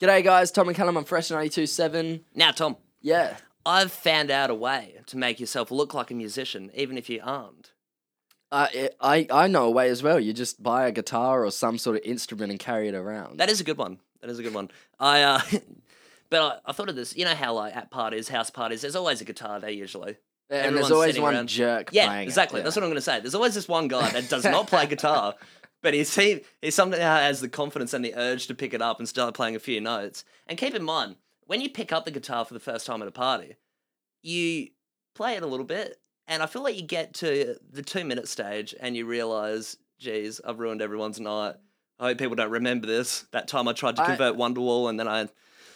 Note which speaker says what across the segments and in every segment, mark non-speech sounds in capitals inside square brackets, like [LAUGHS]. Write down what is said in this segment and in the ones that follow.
Speaker 1: G'day, guys. Tom and Callum on Fresh 92.7.
Speaker 2: Now, Tom,
Speaker 1: Yeah.
Speaker 2: I've found out a way to make yourself look like a musician, even if you aren't.
Speaker 1: Uh, it, I, I know a way as well. You just buy a guitar or some sort of instrument and carry it around.
Speaker 2: That is a good one. That is a good one. I, uh, [LAUGHS] but I, I thought of this. You know how like at parties, house parties, there's always a guitar there usually.
Speaker 1: and
Speaker 2: everyone's
Speaker 1: there's always
Speaker 2: sitting
Speaker 1: one
Speaker 2: around-
Speaker 1: jerk
Speaker 2: Yeah,
Speaker 1: playing.
Speaker 2: exactly. That's what I'm going to say. There's always this one guy that does not play guitar, but he see he somehow has the confidence and the urge to pick it up and start playing a few notes. And keep in mind, when you pick up the guitar for the first time at a party, you play it a little bit, and I feel like you get to the two minute stage and you realize, geez, I've ruined everyone's night. I hope people don't remember this. That time I tried to
Speaker 1: I-
Speaker 2: convert Wonderwall, and then I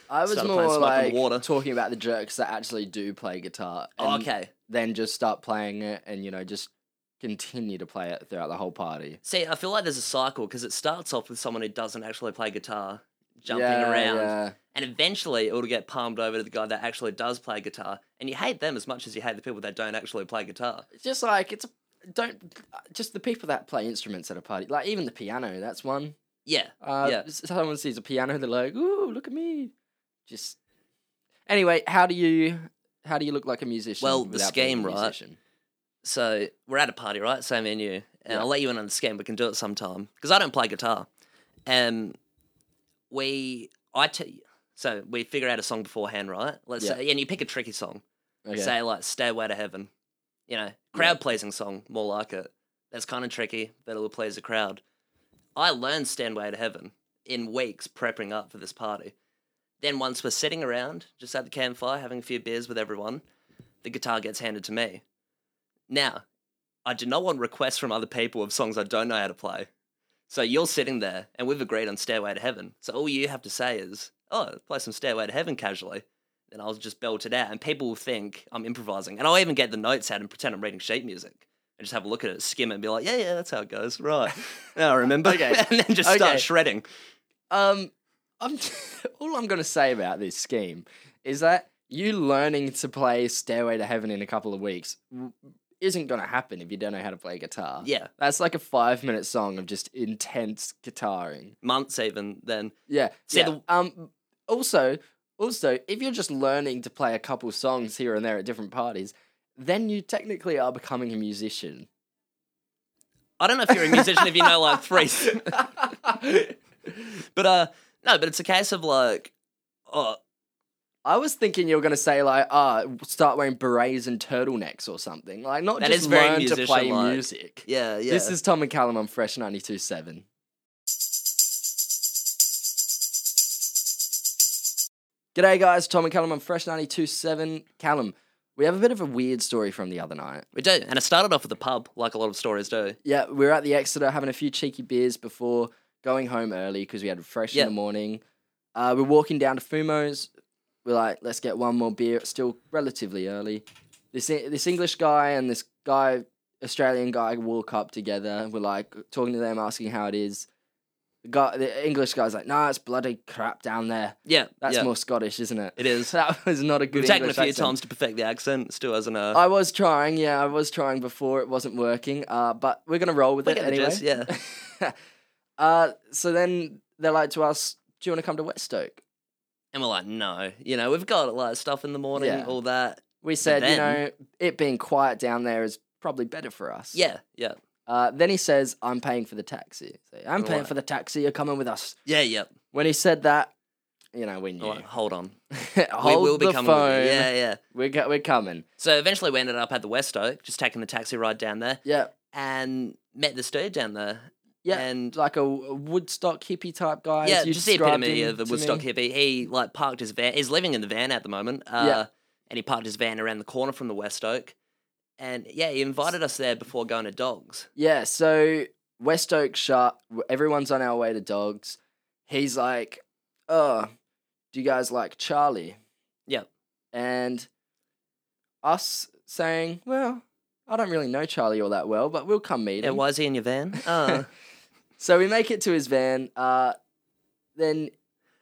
Speaker 1: I was
Speaker 2: Started playing
Speaker 1: more
Speaker 2: Smoke on the
Speaker 1: like
Speaker 2: Water.
Speaker 1: talking about the jerks that actually do play guitar.
Speaker 2: oh,
Speaker 1: and
Speaker 2: okay.
Speaker 1: Then just start playing it and, you know, just continue to play it throughout the whole party.
Speaker 2: See, I feel like there's a cycle because it starts off with someone who doesn't actually play guitar jumping
Speaker 1: Yeah,
Speaker 2: around.
Speaker 1: yeah.
Speaker 2: And eventually it'll get palmed over to the guy that actually does play guitar. And you hate them as much as you hate the people that don't actually play guitar.
Speaker 1: It's just like, it's. A, don't. Just the people that play instruments at a party. Like, even the piano, that's one.
Speaker 2: Yeah.
Speaker 1: Uh,
Speaker 2: Yeah.
Speaker 1: s- Someone sees a piano, they're like, "Ooh, look at me!" Just anyway, how do you how do you look like a musician?
Speaker 2: Well, the
Speaker 1: without being
Speaker 2: scheme,
Speaker 1: a
Speaker 2: right?
Speaker 1: musician?
Speaker 2: So we're at a party, right? So me and you. And
Speaker 1: Yeah.
Speaker 2: I'll let you in on the scam. We can do it sometime. Because I don't play guitar. Um, we, I t- so we figure out a song beforehand, right? Let's
Speaker 1: Yeah.
Speaker 2: say, and you pick a tricky song.
Speaker 1: Okay.
Speaker 2: Say like "Stairway to Heaven," you know, crowd pleasing song, more like it. That's kind of tricky, but it'll please the crowd. I learned "Stairway to Heaven" in weeks prepping up for this party. Then once we're sitting around, just at the campfire, having a few beers with everyone, the guitar gets handed to me. Now, I do not want requests from other people of songs I don't know how to play. So you're sitting there, and we've agreed on "Stairway to Heaven." So all you have to say is, "Oh, play some "Stairway to Heaven" casually." and I'll just belt it out, and people will think I'm improvising. And I'll even get the notes out and pretend I'm reading sheet music and just have a look at it, skim it, and be like, yeah, yeah, that's how it goes.
Speaker 1: [LAUGHS]
Speaker 2: Right. Now I remember.
Speaker 1: Okay.
Speaker 2: [LAUGHS] and then just start
Speaker 1: Okay.
Speaker 2: shredding.
Speaker 1: Um, I'm [LAUGHS] all I'm gonna say about this scheme is that you learning to play "Stairway to Heaven" in a couple of weeks w- isn't gonna happen if you don't know how to play guitar.
Speaker 2: Yeah.
Speaker 1: That's like a five minute song of just intense guitaring.
Speaker 2: Months even then.
Speaker 1: Yeah.
Speaker 2: See,
Speaker 1: yeah. um. Also, also, if you're just learning to play a couple songs here and there at different parties, then you technically are becoming a musician.
Speaker 2: I don't know if [LAUGHS] you're a musician if you know like three. but uh no, but it's a case of like oh
Speaker 1: [LAUGHS] I was thinking you were gonna say like, ah, start wearing berets and turtlenecks or something. Like, not
Speaker 2: That
Speaker 1: just
Speaker 2: is very
Speaker 1: learn to play
Speaker 2: musician-like.
Speaker 1: music.
Speaker 2: yeah, yeah.
Speaker 1: This is Tom and Callum on Fresh ninety two seven. G'day guys, Tom and Callum on Fresh ninety two seven. Callum, we have a bit of a weird story from the other night.
Speaker 2: we do. And it started off with the pub, like a lot of stories do.
Speaker 1: Yeah, we were at the Exeter having a few cheeky beers before going home early because we had fresh
Speaker 2: Yeah.
Speaker 1: in the morning. Uh, we're walking down to Fumo's. We're like, let's get one more beer. It's still relatively early. This this English guy and this guy, Australian guy, walk up together. We're like talking to them, asking how it is. The guy, the English guy's like, nah, it's bloody crap down there.
Speaker 2: Yeah.
Speaker 1: That's
Speaker 2: yeah.
Speaker 1: more Scottish, isn't it?
Speaker 2: It is.
Speaker 1: [LAUGHS] that was not a good.
Speaker 2: We've taken a
Speaker 1: English
Speaker 2: few
Speaker 1: accent. Oh,
Speaker 2: times to perfect the accent. Still hasn't uh
Speaker 1: I was trying, yeah, I was trying before. It wasn't working, uh, but we're gonna roll with
Speaker 2: We
Speaker 1: it
Speaker 2: get the
Speaker 1: anyway.
Speaker 2: gist, yeah.
Speaker 1: [LAUGHS] uh, so then they're like to us, "Do you want to come to Westoke?"
Speaker 2: And we're like, no, you know, we've got a lot of stuff in the morning,
Speaker 1: Yeah.
Speaker 2: all that.
Speaker 1: We said, you know,
Speaker 2: then-
Speaker 1: it being quiet down there is probably better for us.
Speaker 2: Yeah, yeah,
Speaker 1: Uh, then he says, "I'm paying for the taxi. So, I'm paying
Speaker 2: Right.
Speaker 1: for the taxi. You're coming with us."
Speaker 2: yeah, yeah.
Speaker 1: When he said that, you know, we
Speaker 2: We're
Speaker 1: knew. [LAUGHS]
Speaker 2: like, hold on,
Speaker 1: Hold
Speaker 2: we will be
Speaker 1: the
Speaker 2: coming.
Speaker 1: phone.
Speaker 2: With you. Yeah, yeah.
Speaker 1: We're co- we're coming.
Speaker 2: So eventually, we ended up at the West Oak, just taking the taxi ride down there,
Speaker 1: Yeah,
Speaker 2: and met this dude down there.
Speaker 1: Yeah,
Speaker 2: and
Speaker 1: like a, a Woodstock hippie type guy.
Speaker 2: yeah,
Speaker 1: as you
Speaker 2: just the
Speaker 1: described
Speaker 2: epitome
Speaker 1: him
Speaker 2: of the
Speaker 1: to
Speaker 2: Woodstock
Speaker 1: me.
Speaker 2: hippie. He like parked his van. He's living in the van at the moment. Uh,
Speaker 1: Yeah.
Speaker 2: and he parked his van around the corner from the West Oak, and yeah, he invited us there before going to Dogs.
Speaker 1: Yeah, so West Oak shut. Everyone's on our way to dogs. He's like, "Oh, do you guys like Charlie?"
Speaker 2: Yep.
Speaker 1: And us saying, "Well, I don't really know Charlie all that well, but we'll come meet
Speaker 2: Yeah,
Speaker 1: him."
Speaker 2: why is he in your [LAUGHS] van? Uh,
Speaker 1: so we make it to his van. Uh, then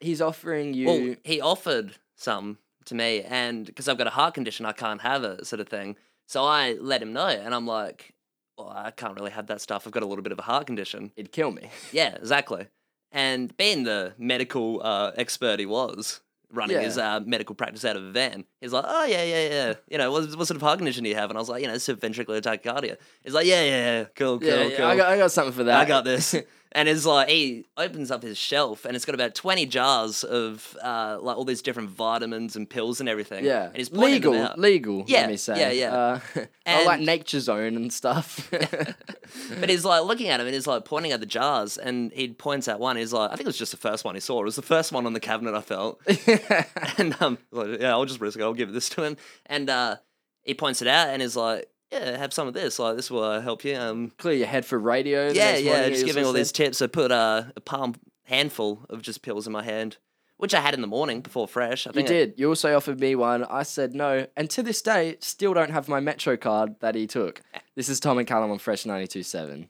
Speaker 1: he's offering you.
Speaker 2: Well, he offered some to me, and because I've got a heart condition, I can't have it, sort of thing. So I let him know, and I'm [LAUGHS] like, well, I can't really have that stuff. I've got a little bit of a heart condition.
Speaker 1: It'd kill me.
Speaker 2: Yeah, exactly. And being the medical uh, expert he was, running
Speaker 1: Yeah.
Speaker 2: his uh, medical practice out of a van, he's like, oh, yeah, yeah, yeah. You know, what, what sort of heart condition do you have? And I was like, you know, subventricular tachycardia. He's like, yeah, yeah, yeah, cool, cool,
Speaker 1: yeah, yeah,
Speaker 2: cool.
Speaker 1: I, got, I got something for that.
Speaker 2: I got this. [LAUGHS] And it's like he opens up his shelf, and it's got about twenty jars of uh, like all these different vitamins and pills and everything.
Speaker 1: Yeah,
Speaker 2: and he's pointing them
Speaker 1: legal,
Speaker 2: out.
Speaker 1: legal.
Speaker 2: Yeah,
Speaker 1: let me say.
Speaker 2: yeah, yeah.
Speaker 1: Uh, [LAUGHS] I
Speaker 2: And-
Speaker 1: like Nature Zone and
Speaker 2: [LAUGHS]
Speaker 1: stuff. [LAUGHS]
Speaker 2: But he's like looking at him, and he's like pointing at the jars, and he points at one. He's like, I think it was just the first one he saw. It was the first one on the cabinet. I felt, [LAUGHS] and um, like, yeah, I'll just risk it. I'll give this to him, and uh, he points it out, and he's like, Yeah, have some of this. Like this will uh, help you. Um,
Speaker 1: Clear your head for radio. the
Speaker 2: Yeah,
Speaker 1: next
Speaker 2: yeah,
Speaker 1: morning,
Speaker 2: just
Speaker 1: you're
Speaker 2: giving all these
Speaker 1: supposed
Speaker 2: tips. I put uh, a palm handful of just pills in my hand, which I had in the morning before fresh. I
Speaker 1: to- You
Speaker 2: think I-
Speaker 1: did. You also offered me one. I said no, and to this day, still don't have my Metro card that he took. This is Tom and Callum on Fresh 92.7.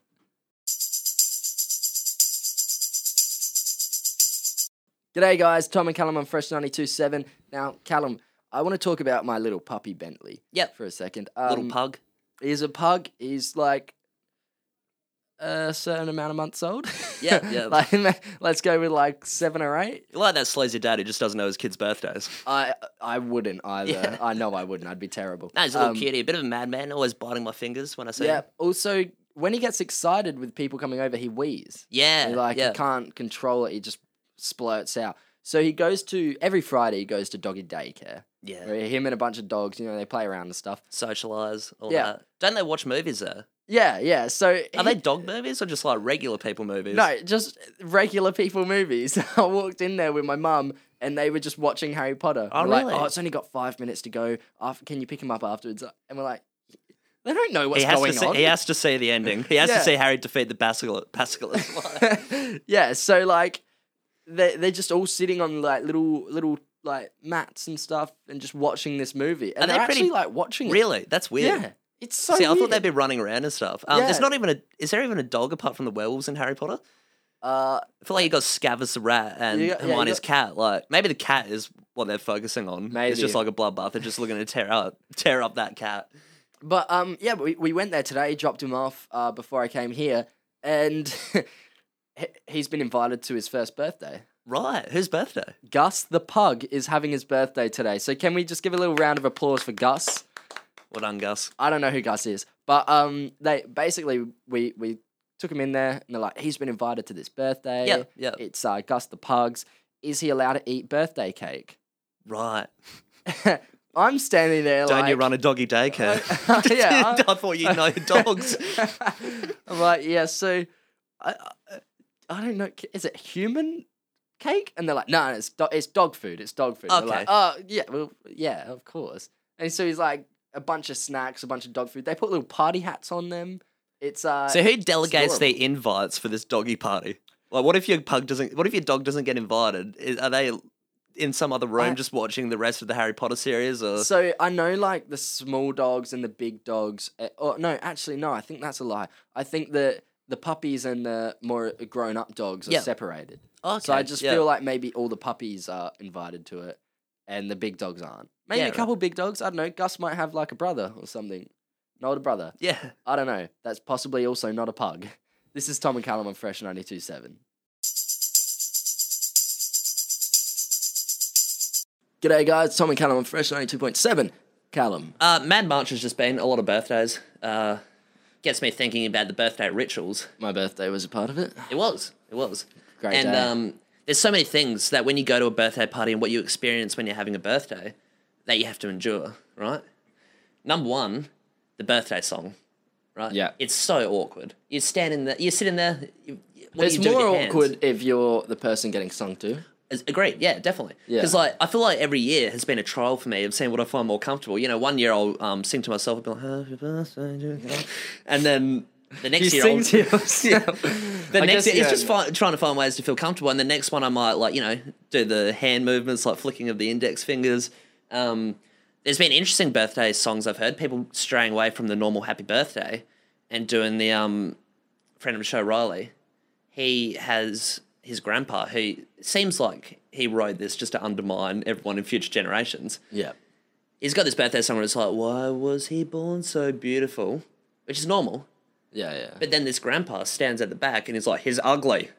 Speaker 1: G'day, guys. Tom and Callum on Fresh 92.7. Now, Callum, I want to talk about my little puppy Bentley.
Speaker 2: Yep.
Speaker 1: For a second.
Speaker 2: little
Speaker 1: Um,
Speaker 2: pug.
Speaker 1: He's a pug. He's like a certain amount of months old. [LAUGHS]
Speaker 2: Yeah, yeah.
Speaker 1: like, let's go with like seven or eight.
Speaker 2: You like that sleazy dad who just doesn't know his kids' birthdays.
Speaker 1: I I wouldn't either.
Speaker 2: Yeah.
Speaker 1: I know I wouldn't. I'd be terrible.
Speaker 2: No, he's a little
Speaker 1: Um,
Speaker 2: cutie, a bit of a madman, always biting my fingers when I see
Speaker 1: Yeah.
Speaker 2: him.
Speaker 1: Also, when he gets excited with people coming over, he wheezes.
Speaker 2: Yeah,
Speaker 1: He, like
Speaker 2: yeah.
Speaker 1: he can't control it. He just splurts out. So he goes to every Friday. He goes to doggy daycare.
Speaker 2: yeah.
Speaker 1: Where him and a bunch of dogs, you know, they play around and stuff.
Speaker 2: Socialize, all
Speaker 1: Yeah.
Speaker 2: that. Don't they watch movies there?
Speaker 1: Yeah, yeah. So
Speaker 2: Are
Speaker 1: he-
Speaker 2: they dog movies or just like regular people movies?
Speaker 1: No, just regular people movies. [LAUGHS] I walked in there with my mum and they were just watching Harry Potter.
Speaker 2: Oh,
Speaker 1: we're like,
Speaker 2: really?
Speaker 1: oh, it's only got five minutes to go. After, can you pick him up afterwards? And we're like, they don't know what's
Speaker 2: He has,
Speaker 1: going
Speaker 2: to see,
Speaker 1: on.
Speaker 2: he has to see the ending. He has
Speaker 1: Yeah.
Speaker 2: to see Harry defeat the Basilisk.
Speaker 1: [LAUGHS]
Speaker 2: Basilisk.
Speaker 1: yeah, so like they they're just all sitting on like little little like mats and stuff and just watching this movie. And
Speaker 2: Are they
Speaker 1: they're
Speaker 2: pretty-
Speaker 1: actually like watching it.
Speaker 2: [LAUGHS] really? That's weird.
Speaker 1: Yeah. It's so
Speaker 2: See, I thought
Speaker 1: weird.
Speaker 2: they'd be running around and stuff. Um, There's
Speaker 1: Yeah.
Speaker 2: not even a. Is there even a dog apart from the werewolves in Harry Potter?
Speaker 1: uh
Speaker 2: I feel like you got Scabbers the rat and
Speaker 1: You got- yeah, you
Speaker 2: Hermione's
Speaker 1: got-
Speaker 2: cat. Like maybe the cat is what they're focusing on. it's
Speaker 1: Maybe.
Speaker 2: just like a bloodbath. They're just looking to tear up, tear up that cat.
Speaker 1: But um, yeah, we, we went there today, dropped him off uh, before I came here, and [LAUGHS] he- he's been invited to his first birthday.
Speaker 2: Right, whose birthday?
Speaker 1: Gus the pug is having his birthday today, so can we just give a little round of applause for Gus?
Speaker 2: Well done, Gus.
Speaker 1: I don't know who Gus is, but um, they basically we we took him in there, and they're like, he's been invited to this birthday.
Speaker 2: Yeah, yeah.
Speaker 1: It's uh, Gus the pug's. Is he allowed to eat birthday cake? [LAUGHS]
Speaker 2: Right.
Speaker 1: I'm standing there
Speaker 2: Don't
Speaker 1: like,
Speaker 2: you run a doggy daycare?
Speaker 1: [LAUGHS]
Speaker 2: [LAUGHS]
Speaker 1: Yeah,
Speaker 2: I thought you know
Speaker 1: [LAUGHS]
Speaker 2: dogs.
Speaker 1: I'm like, yeah, so I, I, I don't know, c- is it human cake? And they're like, no, it's do- it's dog food. It's dog food. We're
Speaker 2: Okay.
Speaker 1: like, oh yeah, well yeah, of course. And so he's like a bunch of snacks, a bunch of dog food. They put little party hats on them. It's uh,
Speaker 2: So who delegates their invites for this doggy party? Like, what if your pug doesn't? What if your dog doesn't get invited? Is, are they in some other room
Speaker 1: I-
Speaker 2: just watching the rest of the Harry Potter series? Or
Speaker 1: So I know like the small dogs and the big dogs. uh, Or no, actually no, I think that's a lie. I think the the puppies and the more grown up dogs are
Speaker 2: Yeah.
Speaker 1: separated.
Speaker 2: okay,
Speaker 1: So I just
Speaker 2: yeah.
Speaker 1: feel like maybe all the puppies are invited to it, and the big dogs aren't. Maybe
Speaker 2: Yeah,
Speaker 1: a
Speaker 2: right.
Speaker 1: couple big dogs. I don't know. Gus might have like a brother or something, an older brother.
Speaker 2: yeah.
Speaker 1: I don't know. That's possibly also not a pug. [LAUGHS] This is Tom and Callum on Fresh 92.7. G'day, guys. Tom and Callum on Fresh 92.7. Callum.
Speaker 2: Uh, Mad March has just been a lot of birthdays. Uh, gets me thinking about the birthday rituals.
Speaker 1: My birthday was a part of it.
Speaker 2: It was. It was.
Speaker 1: Great
Speaker 2: And
Speaker 1: day.
Speaker 2: um, there's so many things that when you go to a birthday party and what you experience when you're having a birthday that you have to endure, right? Number one, the birthday song, right?
Speaker 1: Yeah.
Speaker 2: It's so awkward. You're standing there, you're sitting there. You, you- what do
Speaker 1: It's
Speaker 2: you do with
Speaker 1: more
Speaker 2: your hands?
Speaker 1: awkward if you're the person getting sung to.
Speaker 2: Is- Agreed. Yeah, definitely.
Speaker 1: Yeah.
Speaker 2: Because like I feel like every year has been a trial for me of seeing what I find more comfortable. You know, one year I'll um, sing to myself and be like, "Happy birthday," to you," and then the next year I'll, [LAUGHS]
Speaker 1: yourself.
Speaker 2: the
Speaker 1: I guess,
Speaker 2: next year it's
Speaker 1: yeah.
Speaker 2: just fi- trying to find ways to feel comfortable. And the next one I might like you know do the hand movements like flicking of the index fingers. Um, there's been interesting birthday songs I've heard. People straying away from the normal Happy Birthday and doing the um, friend of the show Riley he has his grandpa who seems like he wrote this just to undermine everyone in future generations.
Speaker 1: [LAUGHS] yeah.
Speaker 2: He's got this birthday song where it's like, Why was he born so beautiful? Which is normal.
Speaker 1: Yeah, yeah.
Speaker 2: But then this grandpa stands at the back and he's like, He's ugly.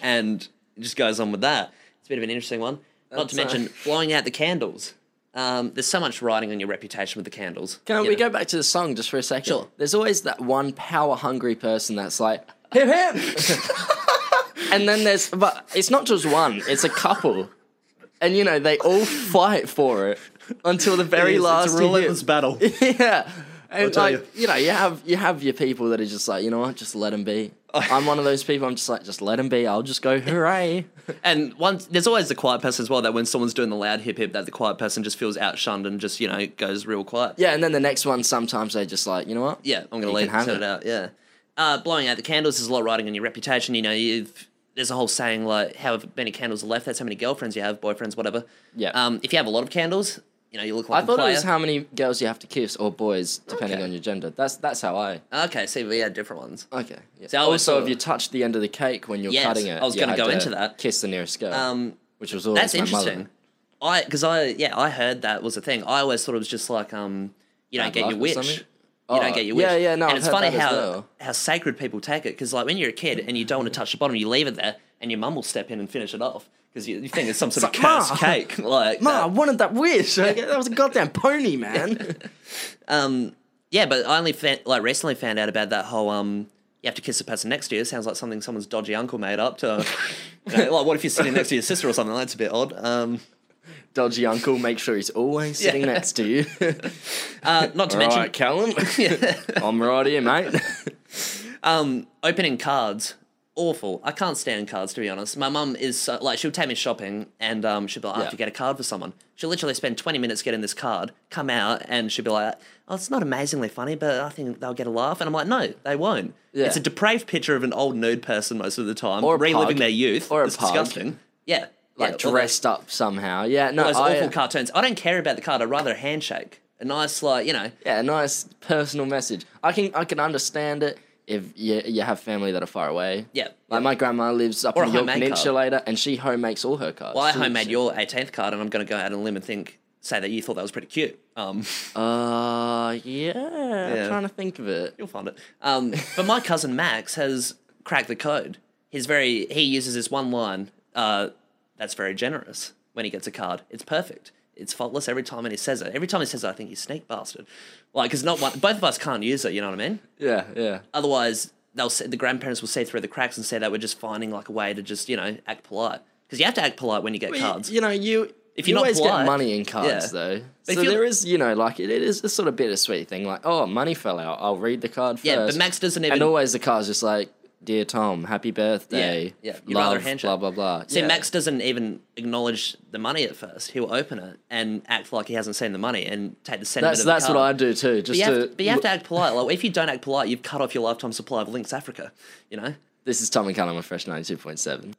Speaker 2: and it just goes on with that. It's a bit of an interesting one. Not to
Speaker 1: That's, uh,
Speaker 2: mention blowing out the candles. Um, there's so much riding on your reputation with the candles.
Speaker 1: Can
Speaker 2: you
Speaker 1: we
Speaker 2: know?
Speaker 1: go back to the song just for a second?
Speaker 2: Sure.
Speaker 1: There's always that one power hungry person that's
Speaker 3: [LAUGHS]
Speaker 1: like, hip hip! [LAUGHS] and then there's, but it's not just one, it's a couple. And you know, they all fight for it until the very
Speaker 3: It is,
Speaker 1: last
Speaker 3: it's a
Speaker 1: hip. [LAUGHS]
Speaker 3: relentless battle.
Speaker 1: yeah. And
Speaker 3: tell
Speaker 1: like
Speaker 3: you.
Speaker 1: you. know, you have you have your people that are just like, you know what, just let
Speaker 3: [LAUGHS]
Speaker 1: them be. I'm one of those people. I'm just like, just let them be. I'll just go
Speaker 3: [LAUGHS]
Speaker 1: hooray.
Speaker 2: [LAUGHS] And once there's always the quiet person as well. That when someone's doing the loud hip hip, that the quiet person just feels outshunned and just you know goes real quiet.
Speaker 1: yeah, and then the next one, sometimes they're just like, you know what?
Speaker 2: Yeah, I'm
Speaker 1: You
Speaker 2: gonna leave
Speaker 1: can have it.
Speaker 2: and set it. out. Yeah, uh, blowing out the candles is a lot riding on your reputation. You know, you've there's a whole saying like, however many candles are left, that's how many girlfriends you have, boyfriends, whatever.
Speaker 1: Yeah.
Speaker 2: Um, if you have a lot of candles, you know, you look like
Speaker 1: I
Speaker 2: a
Speaker 1: thought
Speaker 2: player.
Speaker 1: it was how many girls you have to kiss or boys, depending
Speaker 2: Okay.
Speaker 1: on your gender. That's that's how I.
Speaker 2: okay, see, we had different ones.
Speaker 1: Okay. Yeah.
Speaker 2: So I always
Speaker 1: also,
Speaker 2: thought-
Speaker 1: if you touch the end of the cake when you're
Speaker 2: Yes,
Speaker 1: cutting it,
Speaker 2: I was
Speaker 1: you
Speaker 2: gonna
Speaker 1: had
Speaker 2: go into that.
Speaker 1: Kiss the nearest girl.
Speaker 2: Um,
Speaker 1: which was always
Speaker 2: That's
Speaker 1: my
Speaker 2: interesting.
Speaker 1: Mother.
Speaker 2: I because I yeah I heard that was a thing. I always thought it was just like um you don't
Speaker 1: Bad
Speaker 2: get your
Speaker 1: luck or
Speaker 2: wish.
Speaker 1: something?
Speaker 2: You
Speaker 1: Oh,
Speaker 2: don't get your wish.
Speaker 1: yeah, yeah, no,
Speaker 2: And
Speaker 1: I've
Speaker 2: it's
Speaker 1: heard
Speaker 2: funny
Speaker 1: that as
Speaker 2: how
Speaker 1: well.
Speaker 2: how sacred people take it because like when you're a kid and you don't want to touch the bottom, you leave it there, and your mum will step in and finish it off because you, you think it's some sort of
Speaker 1: It's like,
Speaker 2: cursed
Speaker 1: "Ma!"
Speaker 2: cake. [LAUGHS] Like
Speaker 1: Ma, I
Speaker 2: that.
Speaker 1: wanted that [LAUGHS] wish. that was a goddamn pony, man.
Speaker 2: um yeah, but I only fan, like recently found out about that whole um. You have to kiss the person next to you. It sounds like something someone's dodgy uncle made up
Speaker 1: [LAUGHS]
Speaker 2: to. you know, like, what if you're sitting next to your sister or something? That's a bit odd. Um,
Speaker 1: [LAUGHS] Dodgy uncle, make sure he's always
Speaker 2: Yeah.
Speaker 1: sitting next to
Speaker 2: [LAUGHS]
Speaker 1: you.
Speaker 2: uh, not to
Speaker 1: All
Speaker 2: mention,
Speaker 1: right,
Speaker 2: [LAUGHS]
Speaker 1: Callum. I'm right here, mate.
Speaker 2: Um, opening cards, awful. I can't stand cards to be honest. My mum is so, like she'll take me shopping and um, she'll be like, "I have
Speaker 1: Yeah.
Speaker 2: to get a card for someone." She'll literally spend twenty minutes getting this card, come out, and she'll be like, "Oh, it's not amazingly funny, but I think they'll get a laugh." And I'm like, "No, they won't."
Speaker 1: Yeah.
Speaker 2: It's a depraved picture of an old nerd person most of the time,
Speaker 1: Or a
Speaker 2: reliving
Speaker 1: pug.
Speaker 2: their youth.
Speaker 1: Or a
Speaker 2: it's
Speaker 1: pug.
Speaker 2: disgusting. Yeah,
Speaker 1: Like
Speaker 2: yeah, all those-
Speaker 1: dressed up somehow. Yeah, no,
Speaker 2: Those
Speaker 1: I,
Speaker 2: awful cartoons. I don't care about the card. I'd rather a handshake, a nice like you know.
Speaker 1: yeah, a nice personal message. I can I can understand it if you you have family that are far away.
Speaker 2: Yeah.
Speaker 1: like my grandma lives up
Speaker 2: Or
Speaker 1: in
Speaker 2: a
Speaker 1: the York
Speaker 2: homemade card.
Speaker 1: Peninsula and she home makes all her cards.
Speaker 2: Well, I
Speaker 1: She-
Speaker 2: homemade
Speaker 1: she-
Speaker 2: your 18th card, and I'm going to go out on a limb and think, say that you thought that was pretty cute. Um, [LAUGHS]
Speaker 1: Uh, yeah, I'm
Speaker 2: Yeah.
Speaker 1: trying to think of it.
Speaker 2: You'll find it. Um, but my cousin Max has cracked the code. He's very. He uses this one line. Uh, that's very generous. When he gets a card, it's perfect. It's faultless every time, and he says it. Every time he says it, I think you sneak bastard. Like, because not one, both of us can't use it. You know what I mean?
Speaker 1: Yeah, yeah.
Speaker 2: Otherwise, they'll say, the grandparents will see through the cracks and say that we're just finding like a way to just you know act polite. Because you have to act polite when you get
Speaker 1: But you-
Speaker 2: cards.
Speaker 1: You, know, you
Speaker 2: If
Speaker 1: you
Speaker 2: you're not
Speaker 1: always
Speaker 2: polite-
Speaker 1: get money in cards
Speaker 2: Yeah.
Speaker 1: though.
Speaker 2: But if
Speaker 1: so
Speaker 2: you're-
Speaker 1: there is, you know, like it, it is a sort of bittersweet thing. Like, oh, money fell out. I'll read the card first.
Speaker 2: Yeah, but Max doesn't even-
Speaker 1: And always the card's just like, dear Tom, happy birthday.
Speaker 2: yeah. You'd rather
Speaker 1: Love,
Speaker 2: handshake.
Speaker 1: blah blah blah.
Speaker 2: See,
Speaker 1: Yeah.
Speaker 2: Max doesn't even acknowledge the money at first. He'll open it and act like he hasn't seen the money and take the sentiment.
Speaker 1: That's
Speaker 2: of the
Speaker 1: that's what
Speaker 2: card.
Speaker 1: I do too. Just
Speaker 2: But you, have
Speaker 1: to,
Speaker 2: to, but you have to act polite. Like if you don't act polite, you've cut off your lifetime supply of Lynx Africa. You know.
Speaker 1: This is Tom and Callum on Fresh ninety two point seven.